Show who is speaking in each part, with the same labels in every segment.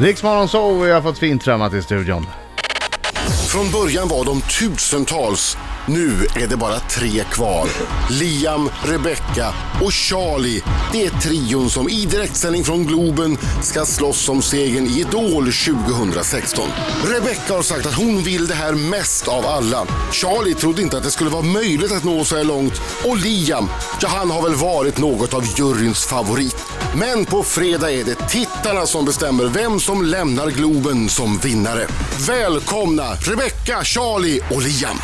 Speaker 1: Riksmorgon så vi har fått fint trimmat i studion.
Speaker 2: Från början var de tusentals. Nu är det bara tre kvar. Liam, Rebecca och Charlie. Det är trion som i direktsändning från Globen ska slåss om segern i Idol 2016. Rebecca har sagt att hon vill det här mest av alla. Charlie trodde inte att det skulle vara möjligt att nå så här långt. Och Liam, ja han har väl varit något av juryns favorit. Men på fredag är det tittarna som bestämmer vem som lämnar Globen som vinnare. Välkomna Rebecca, Charlie och Liam.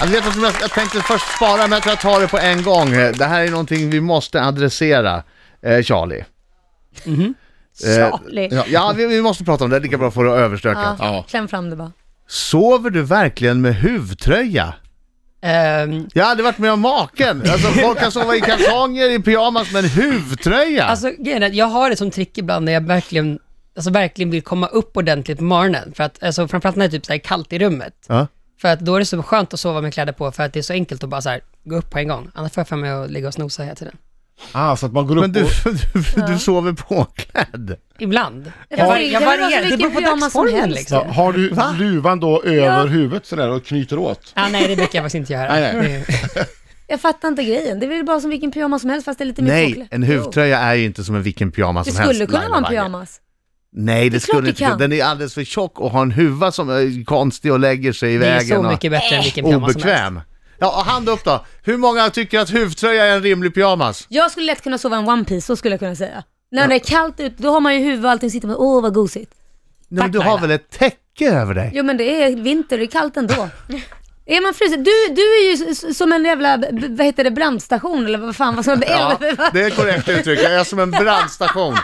Speaker 1: Jag, vet inte om jag, jag tänkte först spara, men jag tror jag tar det på en gång. Det här är någonting vi måste adressera, eh, Charlie. Eh,
Speaker 3: Charlie.
Speaker 1: Ja, ja vi, vi måste prata om det, det är lika bra för att överstöka.
Speaker 3: Ja,
Speaker 2: Ja.
Speaker 3: Kläm fram det bara.
Speaker 1: Sover du verkligen med huvtröja?
Speaker 3: Ehm,
Speaker 1: Jag har aldrig varit med om maken. Alltså, folk kan sova i kalsonger, i pyjamas, men huvtröja?
Speaker 3: alltså grejen är att jag har det som trick ibland när jag verkligen, alltså verkligen vill komma upp ordentligt på morgonen. För att, alltså, framförallt när det är typ så här kallt i rummet.
Speaker 1: ja.
Speaker 3: För att då är det så skönt att sova med kläder på för att det är så enkelt att bara så här, gå upp på en gång. Annars får jag för mig att ligga och snosa hela tiden.
Speaker 4: Ah, så att man går upp
Speaker 1: Men du,
Speaker 4: och...
Speaker 1: du, du sover påklädd.
Speaker 3: Ibland.
Speaker 5: Ja,
Speaker 3: Jag, var,
Speaker 5: men
Speaker 3: jag
Speaker 5: alltså,
Speaker 3: varierar, det
Speaker 5: vilken
Speaker 3: beror på
Speaker 5: pyjamas som
Speaker 3: dagsformen
Speaker 5: helst.
Speaker 4: Ja,
Speaker 3: liksom.
Speaker 4: har du luvan då över huvudet sådär och knyter åt?
Speaker 3: Ah, nej, det brukar jag faktiskt inte göra.
Speaker 4: Nej, nej.
Speaker 3: Det-
Speaker 5: Jag fattar inte grejen. Det är väl bara som vilken pyjamas som helst fast det är lite mer
Speaker 1: Nej,
Speaker 5: påklädd.
Speaker 1: en huvtröja är ju inte som en vilken pyjamas
Speaker 5: Jo.
Speaker 1: som
Speaker 5: Det
Speaker 1: helst.
Speaker 5: skulle kunna
Speaker 1: Laila
Speaker 5: vara en
Speaker 1: Bagge.
Speaker 5: pyjamas.
Speaker 1: Nej, det
Speaker 5: klart
Speaker 1: skulle
Speaker 5: det
Speaker 1: inte
Speaker 5: kan.
Speaker 1: kunna. Den är alldeles för tjock och har en huva som är konstig och lägger sig i
Speaker 3: Det är
Speaker 1: vägen
Speaker 3: så
Speaker 1: och
Speaker 3: mycket bättre än vilken pyjamas som helst.
Speaker 1: obekväm. Ja, och hand upp då. Hur många tycker att huvtröja är en rimlig pyjamas?
Speaker 5: Jag skulle lätt kunna sova i en one piece, så skulle jag kunna säga. När det är kallt ute, då har man ju huvud och allting sitter med, åh vad gosigt.
Speaker 1: Nej, men du har
Speaker 3: Laila.
Speaker 1: väl ett täcke över dig?
Speaker 5: Jo men det är vinter, det är kallt ändå. Är man frusen? Du, du är ju s- s- som en jävla, b- b- vad heter det, brandstation eller vad fan, vad som
Speaker 1: Ja, det är korrekt uttryck. Jag är som en brandstation.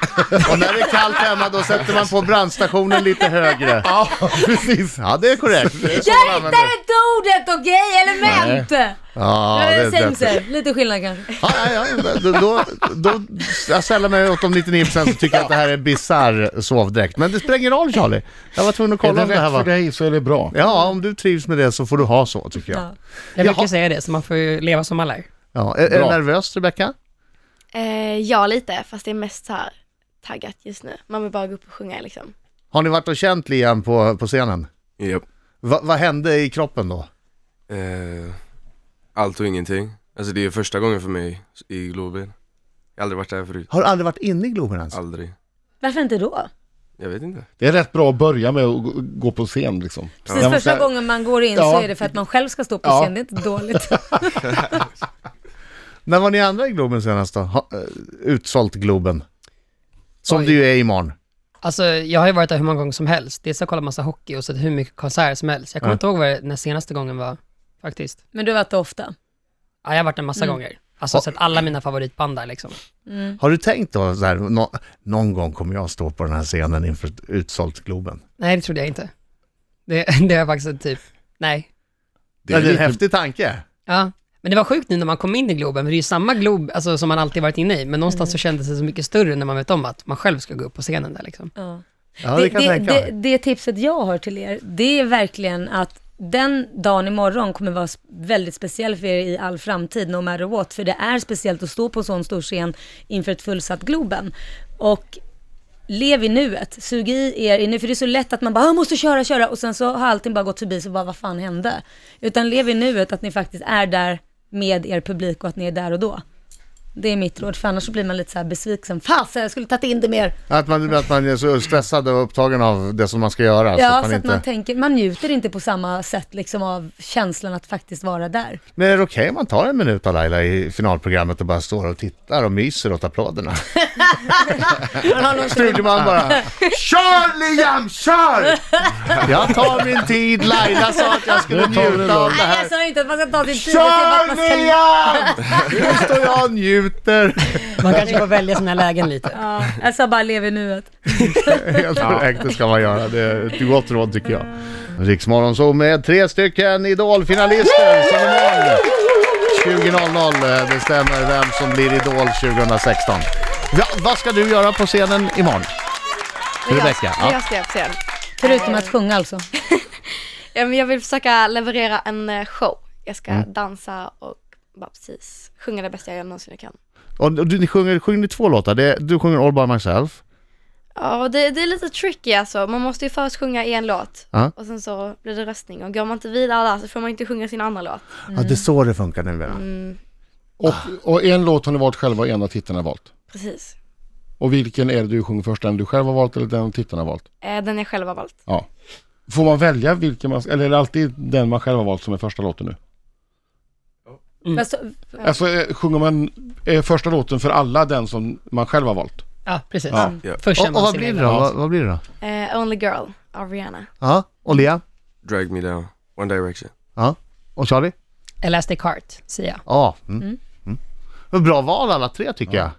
Speaker 1: Och när det är kallt hemma då sätter man på brandstationen lite högre.
Speaker 4: Ja, precis.
Speaker 1: Ja, det är korrekt. Det är så
Speaker 5: Jag
Speaker 1: man
Speaker 5: hittade
Speaker 1: använder.
Speaker 5: inte ordet, okej? Element!
Speaker 1: Ja,
Speaker 5: Ja, det
Speaker 1: det är
Speaker 5: är
Speaker 1: bättre.
Speaker 5: same, lite skillnad kanske.
Speaker 1: Ja, ja, ja. Då, då, då, jag sällar mig åt de 99% som tycker att det här är en bisarr sovdräkt. Men det spelar ingen roll Charlie. Jag var tvungen att
Speaker 4: Är
Speaker 1: kolla
Speaker 4: det
Speaker 1: om det här
Speaker 4: rätt för
Speaker 1: var...
Speaker 4: dig så är det bra.
Speaker 1: Ja, om du trivs med det så får du ha så tycker jag.
Speaker 5: Ja.
Speaker 3: Jag brukar
Speaker 1: Jaha.
Speaker 3: säga det, så man får ju leva som man lär.
Speaker 1: Ja. Är, är du
Speaker 4: Bra.
Speaker 1: nervös Rebecka?
Speaker 6: Eh, ja, lite. Fast det är mest så här taggat just nu. Man vill bara gå upp och sjunga liksom.
Speaker 1: Har ni varit och känt Liam på, på scenen?
Speaker 7: Japp.
Speaker 1: Va, vad hände i kroppen då?
Speaker 7: Eh, allt och ingenting. Alltså det är första gången för mig i Globen. Jag har aldrig varit där förut.
Speaker 1: Har du aldrig varit inne i Globen ens?
Speaker 7: Aldrig.
Speaker 5: Varför inte då?
Speaker 7: Jag vet inte.
Speaker 4: Det är rätt bra att börja med att gå- gå på scen liksom.
Speaker 5: Precis
Speaker 4: Jag måste-
Speaker 5: första gången man går in så
Speaker 4: Ja.
Speaker 5: är det för att man själv ska stå på
Speaker 4: Ja.
Speaker 5: scen, det är inte dåligt.
Speaker 1: När var ni andra i Globen senast då? Ha, eh, utsålt Globen? Som
Speaker 3: Oj.
Speaker 1: det ju är imorgon.
Speaker 3: Alltså, jag har ju varit där hur många gånger som helst. Dels har jag kollat massa hockey och sett hur mycket konserter som helst. Jag kommer
Speaker 1: Ja.
Speaker 3: inte ihåg vad det- den senaste gången var, faktiskt.
Speaker 5: Men du har varit där ofta?
Speaker 3: Ja, jag har varit där massa gånger. Alltså, sett alla mina favoritband där liksom.
Speaker 1: Har du tänkt då så här, nå- någon gång kommer jag stå på den här scenen inför ett utsålt Globen?
Speaker 3: Nej, det trodde jag inte. Det, det är faktiskt typ, nej.
Speaker 1: Det är, det är en häftig tanke.
Speaker 3: Ja. Men det var sjukt nu när man kom in i Globen, för det är ju samma Glob alltså, som man alltid varit inne i, men någonstans så kändes det så mycket större när man vet om att man själv ska gå upp på scenen där liksom.
Speaker 5: Ja.
Speaker 1: Ja, det, kan
Speaker 5: det,
Speaker 1: jag tänka
Speaker 5: det,
Speaker 1: mig.
Speaker 5: det tipset jag har till er, det är verkligen att den dagen imorgon kommer vara sp- väldigt speciell för er i all framtid, no matter what. För det är speciellt att stå på en sån stor scen inför ett fullsatt Globen. Och lev i nuet, sug i er i nu, för det är så lätt att man bara, jag måste köra, köra, och sen så har allting bara gått förbi, så bara, vad fan hände? Utan lev i nuet, att ni faktiskt är där med er publik och att ni är där och då. Det är mitt råd, för annars så blir man lite så här besviken, fasen jag skulle tagit in det mer.
Speaker 1: Att man, att man är så stressad och upptagen av det som man ska göra. så
Speaker 5: Ja,
Speaker 1: att man
Speaker 5: så att
Speaker 1: inte...
Speaker 5: man tänker, man njuter inte på samma sätt liksom av känslan att faktiskt vara där.
Speaker 1: Men är det okej om man tar en minut av Laila i finalprogrammet och bara står och tittar och myser åt applåderna? Studioman bara Kör Liam, kör! Jag tar min tid, Laila sa att jag skulle
Speaker 4: Nu tar du
Speaker 1: njuta av
Speaker 4: lugnt.
Speaker 1: det
Speaker 5: Nej,
Speaker 1: här.
Speaker 5: jag sa inte att man ska ta sin tid. jag sa bara att
Speaker 1: Kör
Speaker 5: man ska-
Speaker 1: Liam! Nu står jag och njuter.
Speaker 3: Man kanske får välja sina lägen lite.
Speaker 5: Ja, jag sa bara lev i nuet.
Speaker 1: Helt korrekt, det ska man göra. Det är ett gott råd tycker jag. Riksmorgon så med tre stycken idolfinalister som imorgon 20.00 eh, bestämmer vem som blir idol 2016. Va, vad ska du göra på scenen imorgon?
Speaker 6: Men
Speaker 1: Rebecca,
Speaker 6: jag, men
Speaker 1: ja.
Speaker 6: jag ska upp sen.
Speaker 5: Förutom att sjunga alltså.
Speaker 6: Ja, men jag vill försöka leverera en eh, show Jag ska dansa och bara precis sjunga det bästa jag någonsin kan.
Speaker 1: Och, och du ni sjunger, sjunger ni två låtar? Det, du sjunger All By Myself.
Speaker 6: Ja, och det, det är lite tricky alltså. Man måste ju först sjunga en låt
Speaker 1: Ja.
Speaker 6: och sen så blir det röstning. Och går man inte vidare där så får man inte sjunga sin andra låt.
Speaker 1: Ja, det är så det funkar nu. Mm.
Speaker 4: Och, och en låt har ni valt själva och en har tittarna valt.
Speaker 6: Precis.
Speaker 4: Och vilken är det du sjunger först? Den du själv har valt eller den tittarna har valt?
Speaker 6: Eh, Den jag själv har valt.
Speaker 4: Ja. Får man välja vilken man, eller är det alltid den man själv har valt som är första låten nu?
Speaker 5: Fast,
Speaker 4: Alltså eh, sjunger man, är första låten för alla den som man själv har valt?
Speaker 3: Ja, precis.
Speaker 4: Ja.
Speaker 7: Ja.
Speaker 3: Först
Speaker 1: Och,
Speaker 3: känner
Speaker 1: och
Speaker 3: man
Speaker 1: vad
Speaker 3: sin
Speaker 1: blir
Speaker 3: egen
Speaker 1: det då?
Speaker 3: låt.
Speaker 1: Vad, vad blir det då?
Speaker 6: Eh, Only Girl av Rihanna.
Speaker 1: Ja, och Lea?
Speaker 7: Drag Me Down, One Direction.
Speaker 1: Ja. Och Charlie?
Speaker 3: Elastic Heart, säger jag.
Speaker 1: Ja. Mm. Mm. Men Bra val alla tre tycker jag.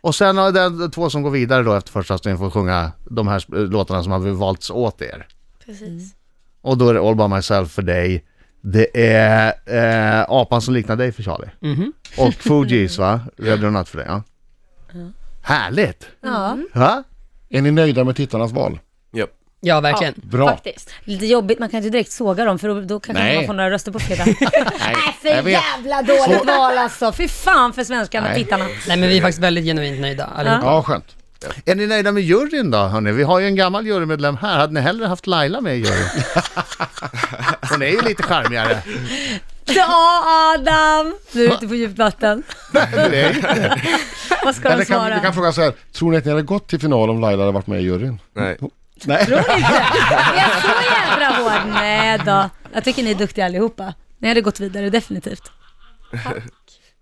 Speaker 1: Och sen har den två som går vidare då efter första stund får sjunga de här eh, låtarna som har valts åt er.
Speaker 6: Precis.
Speaker 1: Och då är det All By Myself för dig. Det är eh, apan som liknar dig för Charlie. Och Fugees va? Red or Not för dig. Ja. Härligt!
Speaker 5: ja.
Speaker 1: Va?
Speaker 4: Är ni nöjda med tittarnas val?
Speaker 7: Japp.
Speaker 3: Ja, verkligen.
Speaker 4: Bra.
Speaker 6: Faktiskt.
Speaker 5: Lite jobbigt, man kan inte direkt såga dem för då, då kanske
Speaker 4: Nej.
Speaker 5: man får några röster på fredag. Nej, för
Speaker 4: vet.
Speaker 5: jävla dåligt val alltså. Fy fan för svenskarna och tittarna.
Speaker 3: Nej, men vi är faktiskt väldigt genuint nöjda allihopa.
Speaker 4: Ja, skönt.
Speaker 1: Är ni nöjda med juryn då hörni? Vi har ju en gammal jurymedlem här. Hade ni hellre haft Laila med i juryn? Hon är ju lite charmigare.
Speaker 5: Ja, Adam! Du är ute på djupt vatten.
Speaker 1: Det är ju-
Speaker 5: Vad ska
Speaker 4: Eller
Speaker 5: de
Speaker 4: kan,
Speaker 5: svara?
Speaker 4: vi kan fråga så här, tror ni att ni hade gått till final om Laila hade varit med i juryn?
Speaker 7: Nej.
Speaker 4: Nej.
Speaker 5: Är jag så jävla hård? Nej då. Jag tycker ni är duktiga allihopa. Ni hade gått vidare, definitivt.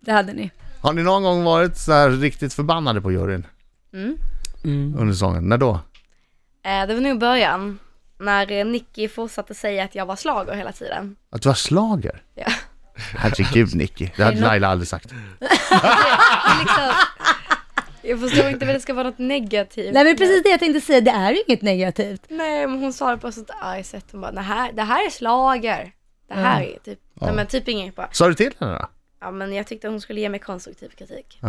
Speaker 5: Det hade ni.
Speaker 1: Har ni någon gång varit så här riktigt förbannade på juryn?
Speaker 5: Mm.
Speaker 1: Under säsongen? När då?
Speaker 6: Eh, Det var nog i början. När eh, Nicky fortsatte säga att jag var slager hela tiden.
Speaker 1: Att du har slager?
Speaker 6: Ja.
Speaker 1: Herregud Nicky, det hade Laila aldrig sagt.
Speaker 6: Liksom, jag förstår inte vad det ska vara något negativt.
Speaker 5: Nej men precis det jag tänkte säga, det är ju inget negativt.
Speaker 6: Nej, men hon sa det på ett sånt argt sätt. Hon bara, det här, det här är slager. Det här är typ, nej men typ inget bra.
Speaker 1: Sa du till henne då?
Speaker 6: Ja men jag tyckte hon skulle ge mig konstruktiv kritik.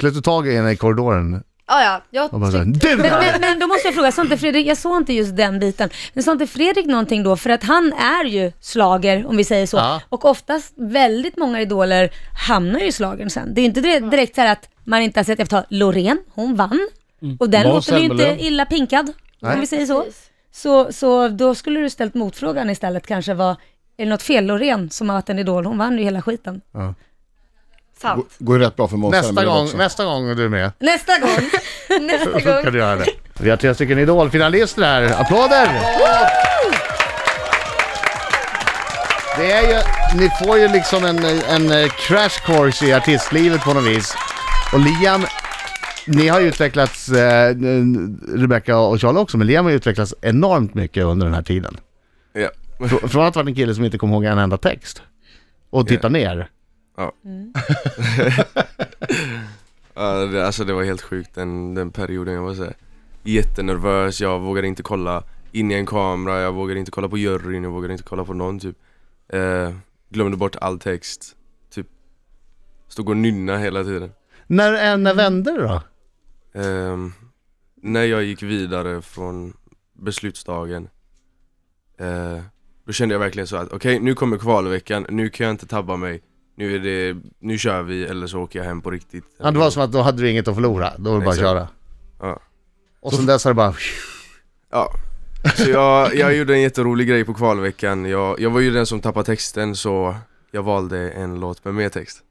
Speaker 1: Slet du tag i henne i korridoren
Speaker 6: Ja ja, jag
Speaker 1: och bara såhär
Speaker 6: tyckte,
Speaker 1: DU
Speaker 5: Men,
Speaker 1: där!
Speaker 5: men, men då måste jag fråga, sa inte Fredrik, jag såg inte just den biten, men sa inte Fredrik någonting då? För att han är ju slager om vi säger så.
Speaker 1: Ja.
Speaker 5: Och oftast, väldigt många idoler hamnar ju i slagern sen. Det är ju inte direkt, direkt så här att man inte har sett, jag tar Loreen, hon vann. Och den
Speaker 4: Mm. Måns
Speaker 5: låten är ju inte
Speaker 4: Zelmerlöw.
Speaker 5: illa pinkad, om vi säger så.
Speaker 6: Precis.
Speaker 5: Så, så då skulle du ställt motfrågan istället kanske var, är det något fel Loreen som har varit en idol? Hon vann ju hela skiten.
Speaker 6: sant.
Speaker 4: Går ju rätt bra för Måns
Speaker 1: Nästa
Speaker 4: Zelmerlöw
Speaker 1: gång,
Speaker 4: också.
Speaker 1: nästa gång du är med
Speaker 5: Nästa gång!
Speaker 6: Nästa
Speaker 1: så ska
Speaker 6: gång.
Speaker 1: du göra det. Vi har tre stycken idolfinalister här. Applåder! Det är ju, ni får ju liksom en, en eh, crash course i artistlivet på något vis. Och Liam, ni har ju utvecklats, eh, Rebecca och Charlie också, men Liam har ju utvecklats enormt mycket under den här tiden.
Speaker 7: Ja.
Speaker 1: Fr- Från att vara en kille som inte kom ihåg en enda text och titta ner.
Speaker 7: Ja.
Speaker 5: Mm.
Speaker 7: Ja, det- alltså det var helt sjukt den, den perioden. Jag var så här, jättenervös, jag vågade inte kolla in i en kamera, jag vågade inte kolla på juryn, jag vågade inte kolla på någon typ. Eh, glömde bort all text, typ. Stod och nynna hela tiden.
Speaker 1: När, eh, när vände det då?
Speaker 7: Ehm, när jag gick vidare från beslutsdagen eh, Då kände jag verkligen så att okej nu kommer kvalveckan, nu kan jag inte tabba mig Nu är det, nu kör vi eller så åker jag hem på riktigt
Speaker 1: Ja, det var som att då hade du inget att förlora, då var det bara att
Speaker 7: Exakt.
Speaker 1: köra.
Speaker 7: Ja.
Speaker 1: Och sen dess har det bara...
Speaker 7: Ja Så jag, jag gjorde en jätterolig grej på kvalveckan jag, jag var ju den som tappade texten så jag valde en låt med mer text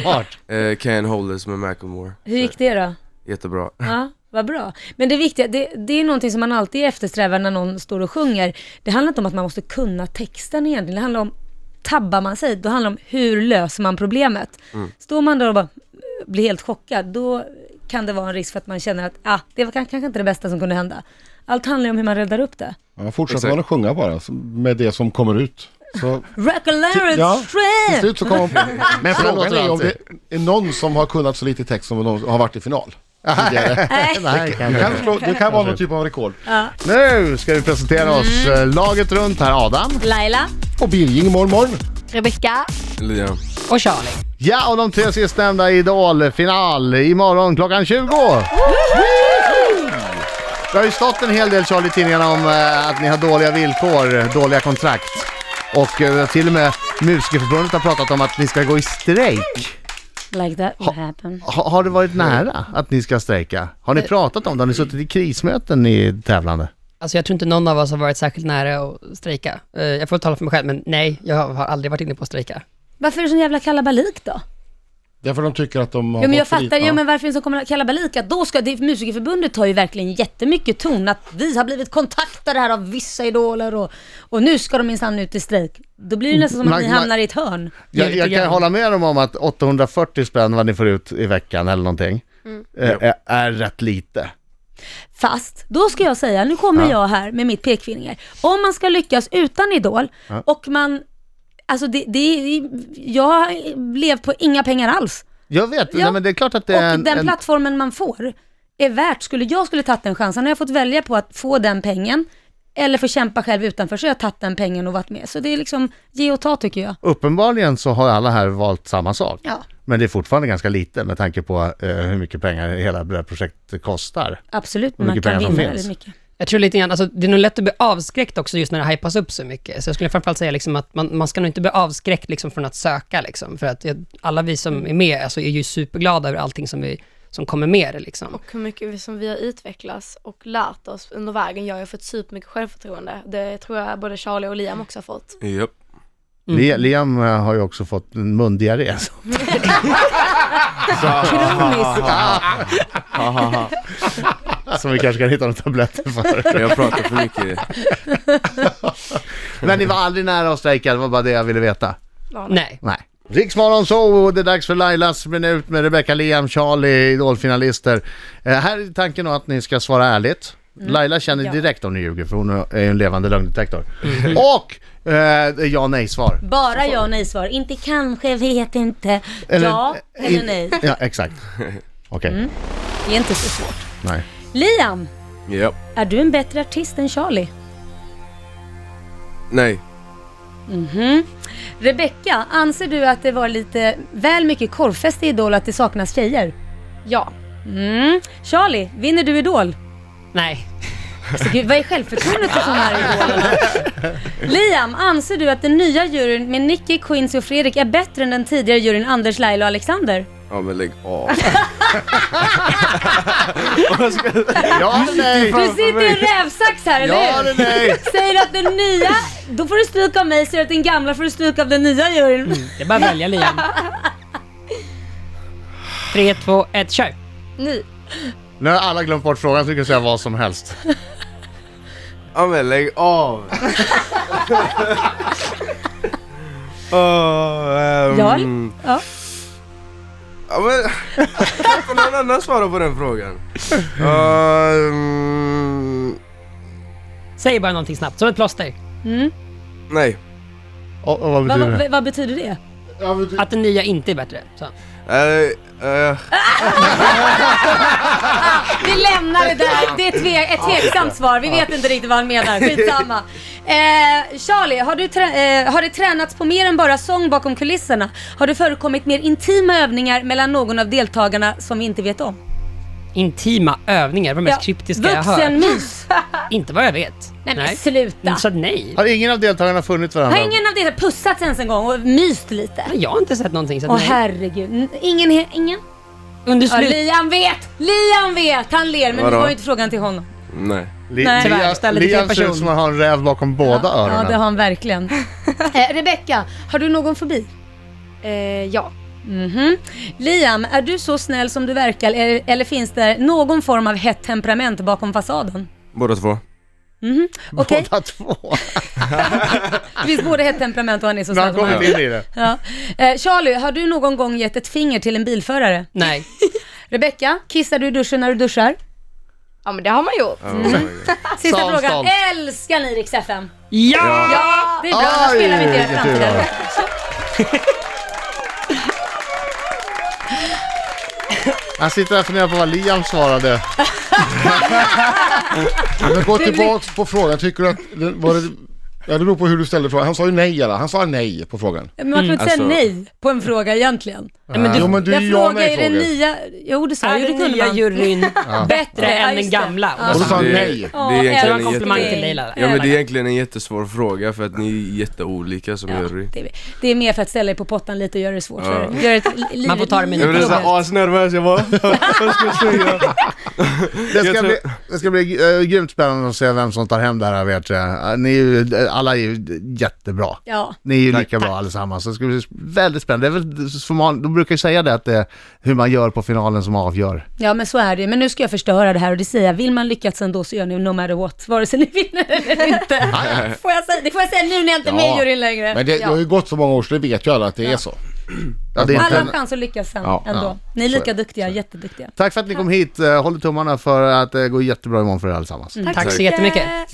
Speaker 1: Smart.
Speaker 7: eh, Can Holders med Macklemore
Speaker 5: Hur gick det då?
Speaker 7: Jättebra
Speaker 5: Ja, vad bra. Men det viktiga, det, det är någonting som man alltid eftersträvar när någon står och sjunger. Det handlar inte om att man måste kunna texten egentligen. Det handlar om, tabbar man sig, då handlar det om hur löser man problemet. Står man där och bara eh, blir helt chockad, då kan det vara en risk för att man känner att ah, det var kan- kanske inte det bästa som kunde hända. Allt handlar ju om hur man räddar upp det.
Speaker 4: Ja, fortsätter
Speaker 7: Exakt.
Speaker 4: man att sjunga bara så- med det som kommer ut. Så
Speaker 5: Recollarets
Speaker 4: Ja, till
Speaker 5: Shrimp!
Speaker 4: slut så kommer hon på Men frågan
Speaker 1: låter
Speaker 4: är om det
Speaker 1: alltid.
Speaker 4: är någon som har kunnat så lite text som någon har varit i final. tidigare.
Speaker 1: Nej, kan
Speaker 4: Det
Speaker 1: jag
Speaker 4: kan,
Speaker 1: inte.
Speaker 4: slå, det kan vara någon typ av rekord.
Speaker 1: Nu ska vi presentera oss. eh, Laget runt här, Adam.
Speaker 5: Laila,
Speaker 4: Och Birging imorgon morgon.
Speaker 6: Rebecka.
Speaker 7: Liam
Speaker 3: Och Charlie.
Speaker 1: Ja, och de tre sistnämnda i Idol-final imorgon klockan 20. Det har ju stått en hel del Charlie i tidningarna om eh, att ni har dåliga villkor, dåliga kontrakt. Och eh, till och med Musikerförbundet har pratat om att ni ska gå i strejk.
Speaker 5: Like that will happen.
Speaker 1: Ha, har det varit nära att ni ska strejka? Har ni pratat om det? Har ni suttit i krismöten i tävlande?
Speaker 3: Alltså jag tror inte någon av oss har varit särskilt nära att strejka. Eh, Jag får tala för mig själv, men nej, jag har aldrig varit inne på att strejka.
Speaker 5: Varför är det sån jävla kalabalik då?
Speaker 4: Därför de tycker att de har
Speaker 5: Jo men jag
Speaker 4: gått för
Speaker 5: fattar,
Speaker 4: lite.
Speaker 5: jo men varför är det sån kalabalik? Att då ska, det, musikerförbundet tar ju verkligen jättemycket ton att vi har blivit kontaktade här av vissa idoler och, och nu ska de minsann ut i strejk. Då blir det nästan som att
Speaker 1: Man-
Speaker 5: ni
Speaker 1: man-
Speaker 5: hamnar i ett hörn.
Speaker 1: Jag, jag kan hålla med dem om att 840 spänn vad ni får ut i veckan eller någonting
Speaker 5: Mm.
Speaker 1: eh, är, är rätt lite.
Speaker 5: Fast, då ska jag säga, nu kommer jag här med mitt pekfinger. Om man ska lyckas utan Idol och man, alltså det, det, jag lev på inga pengar alls.
Speaker 1: Jag vet,
Speaker 5: Ja.
Speaker 1: nej, men det är klart att det
Speaker 5: Och
Speaker 1: är en,
Speaker 5: den
Speaker 1: en,
Speaker 5: plattformen man får är värt, skulle jag skulle tagit den chansen, har jag fått välja på att få den pengen eller få kämpa själv utanför så har jag tagit den pengen och varit med. Så det är liksom ge och ta tycker jag.
Speaker 1: Uppenbarligen så har alla här valt samma sak.
Speaker 5: Ja.
Speaker 1: Men det är fortfarande ganska lite med tanke på eh, hur mycket pengar hela det här projektet kostar.
Speaker 5: Absolut,
Speaker 1: Hur
Speaker 5: men man
Speaker 1: mycket
Speaker 5: kan
Speaker 1: pengar
Speaker 5: vinna
Speaker 1: som finns.
Speaker 5: väldigt mycket.
Speaker 3: Jag tror lite grann, alltså det är nog lätt att bli avskräckt också just när det hypas upp så mycket. Så jag skulle framförallt säga liksom att man, man ska nog inte bli avskräckt liksom från att söka. Liksom. För att jag, alla vi som är med alltså, är ju superglada över allting som, vi, som kommer med det. Liksom.
Speaker 6: Och hur mycket vi- som vi har utvecklats och lärt oss under vägen. Jag har ju fått supermycket självförtroende. Det tror jag både Charlie och Liam också har fått.
Speaker 7: Japp.
Speaker 5: Mm.
Speaker 1: Li- Liam eh, har ju också fått en mundiarré. så-
Speaker 5: Ah. Kroniskt.
Speaker 1: Som vi kanske kan hitta några tabletter för.
Speaker 7: Jag pratar för mycket.
Speaker 1: Men ni var aldrig nära att strejka, det var bara det jag ville veta.
Speaker 6: Ja,
Speaker 3: Nej.
Speaker 1: Nej. Riksmorgon så det är dags för Lailas minut med Rebecca Liam, Charlie, idolfinalister. Eh, här är tanken då att ni ska svara ärligt. Laila känner
Speaker 5: Mm. Ja.
Speaker 1: direkt om ni ljuger för hon är ju en levande lögndetektor. Och eh, ja nej svar.
Speaker 5: Bara ja och nej svar. Inte kanske, vet inte. ja eller
Speaker 1: i-
Speaker 5: nej.
Speaker 1: Ja exakt. Okej,
Speaker 5: Mm. Det är inte så svårt.
Speaker 1: nej.
Speaker 5: Liam,
Speaker 7: Japp.
Speaker 5: är du en bättre artist än Charlie?
Speaker 7: Nej.
Speaker 5: Rebecka, anser du att det var lite väl mycket korvfest i Idol att det saknas tjejer?
Speaker 6: ja.
Speaker 5: Mm. Charlie, vinner du Idol?
Speaker 3: Nej.
Speaker 5: Alltså, gud, vad är självförtroendet för sådana här idolerna? Liam, anser du att den nya juryn med Nicky, Quincy och Fredrik är bättre än den tidigare juryn Anders, Laila och Alexander?
Speaker 7: Ja men lägg av.
Speaker 1: Ja eller nej.
Speaker 5: Du sitter i en rävsax här, eller
Speaker 1: Ja eller nej.
Speaker 5: Säger du att den nya, då får du stryk av mig. Säger du att den gamla får du stryk av den nya juryn.
Speaker 1: Mm.
Speaker 3: Det är bara att välja Liam. Tre, två, ett, kör!
Speaker 6: Ni.
Speaker 1: Nu har alla glömt bort frågan så du kan säga vad som helst.
Speaker 7: Ja men lägg av. Åh, ehm,
Speaker 5: Ja, eller- ja.
Speaker 7: Ja men, får någon annan svara på den frågan? Ehm,
Speaker 3: Säg bara någonting snabbt, som ett plåster.
Speaker 7: nej.
Speaker 1: Och, och vad
Speaker 5: Vad,
Speaker 1: betyder det?
Speaker 5: vad, vad betyder det?
Speaker 3: Att den nya inte är bättre. Så.
Speaker 7: Eh, eh,
Speaker 5: Vi lämnar det där. Det är tve, ett tveksamt svar. Vi vet inte riktigt vad han menar. Skitsamma. Eh, Charlie, har, du trä- eh, har det tränats på mer än bara sång bakom kulisserna? Har det förekommit mer intima övningar mellan någon av deltagarna som vi inte vet om?
Speaker 3: Intima övningar, vad det mest kryptiska jag hört.
Speaker 5: Vuxenmys.
Speaker 3: Inte vad jag vet. Mm,
Speaker 5: Nej men sluta.
Speaker 3: Så nej.
Speaker 1: Har ingen av deltagarna funnit varandra?
Speaker 5: Har ingen av er pussats ens en gång och myst lite?
Speaker 3: Jag har inte sett någonting. Så att
Speaker 5: Åh
Speaker 3: nej.
Speaker 5: herregud. N- Ingen? he- Ingen?
Speaker 3: Under
Speaker 5: Ja,
Speaker 3: slut...
Speaker 5: Liam vet! Liam vet! Han ler men
Speaker 7: Vadå?
Speaker 5: du var ju inte frågan till honom.
Speaker 7: nej.
Speaker 1: Li-
Speaker 5: Nej.
Speaker 1: Lia-
Speaker 3: Tyvärr, ställer till
Speaker 1: Liam ser
Speaker 3: person.
Speaker 1: ut som att han har en räv bakom båda
Speaker 5: Ja
Speaker 1: öronen.
Speaker 5: det har han verkligen. eh, Rebecka, har du någon fobi?
Speaker 6: Eh, ja.
Speaker 5: Mhm. Liam, är du så snäll som du verkar eller, eller finns det någon form av hett temperament bakom fasaden?
Speaker 7: Båda två.
Speaker 5: Mhm. Okej,
Speaker 1: Båda två.
Speaker 5: det finns både hett temperament och han är så
Speaker 1: Men han
Speaker 5: snäll som han
Speaker 1: kommit
Speaker 5: är.
Speaker 1: in i det.
Speaker 5: ja. eh, Charlie, har du någon gång gett ett finger till en bilförare?
Speaker 3: Nej.
Speaker 5: Rebecka, kissar du i duschen när du duschar?
Speaker 6: Ja men det har man gjort.
Speaker 7: Ja,
Speaker 3: Mm.
Speaker 7: men-
Speaker 5: Sista
Speaker 1: Stolt,
Speaker 5: frågan,
Speaker 1: stolt.
Speaker 5: älskar ni Rix FM?
Speaker 3: Ja!
Speaker 5: Ja, det är bra, annars
Speaker 1: Oj,
Speaker 5: spelar vi inte i
Speaker 1: vilken tur det
Speaker 5: framtiden.
Speaker 1: var. Jag sitter här och funderar på vad Liam svarade.
Speaker 4: Men gå tillbaks på frågan, tycker du att det, var det Ja, det beror på hur du ställer frågan. Han sa ju nej eller? Han sa nej på frågan.
Speaker 5: Men man kan inte säga
Speaker 7: Alltså-
Speaker 5: nej på en fråga egentligen.
Speaker 3: Nej, men du,
Speaker 4: jo, men du är
Speaker 5: jag
Speaker 4: ju
Speaker 5: frågar
Speaker 4: jag
Speaker 5: är den
Speaker 4: frågan.
Speaker 5: nya, jo det sa
Speaker 3: är
Speaker 5: ju det
Speaker 3: den
Speaker 5: kunde
Speaker 3: nya
Speaker 5: man.
Speaker 3: juryn
Speaker 5: Bättre
Speaker 3: än den gamla? Och då
Speaker 4: Och då sa han
Speaker 7: Det-
Speaker 4: nej.
Speaker 7: Det är
Speaker 3: det var
Speaker 7: egentligen
Speaker 3: en
Speaker 7: en
Speaker 3: komplimang
Speaker 7: jätte...
Speaker 3: till dig Laila.
Speaker 7: Ja men det är egentligen en jättesvår fråga för att ni är jätteolika som
Speaker 5: Ja,
Speaker 7: jury.
Speaker 5: det, är, det är mer för att ställa dig på pottan lite och göra det svårt för dig. Gör ett li-
Speaker 3: Man får ta det med en
Speaker 7: Jag blev
Speaker 5: livet
Speaker 7: såhär
Speaker 5: jobbigt.
Speaker 7: asnervös, jag bara vad ska jag säga?
Speaker 1: Det ska,
Speaker 7: Jag tror-
Speaker 1: bli, det ska bli eh, grymt spännande att se vem som tar hem det här vet jag. Eh, Ni är ju, eh, alla är ju jättebra.
Speaker 5: Ja,
Speaker 1: Ni är ju lika bra allesammans, så det ska bli väldigt spännande. Det är väl som man, de brukar ju säga det att det är hur man gör på finalen som avgör.
Speaker 5: ja, men så är det ju. Men nu ska jag förstöra det här och det säger jag, vill man lyckas ändå så gör ni no matter what, vare sig ni vinner eller inte. får jag säga, det får jag säga nu när jag inte är med
Speaker 4: Ja.
Speaker 5: i juryn längre.
Speaker 4: Men det, det har ju gått så många år så det vet ju alla att det är så.
Speaker 1: Ja, det är
Speaker 5: Alla
Speaker 1: inte
Speaker 5: har chans att lyckas sen
Speaker 4: Ja,
Speaker 5: ändå.
Speaker 4: ja.
Speaker 5: Ni är lika duktiga, jätteduktiga.
Speaker 1: eh, Tack för att ni kom hit. Eh, Håller tummarna för att det går jättebra imorgon för er allesammans.
Speaker 3: Tack så jättemycket.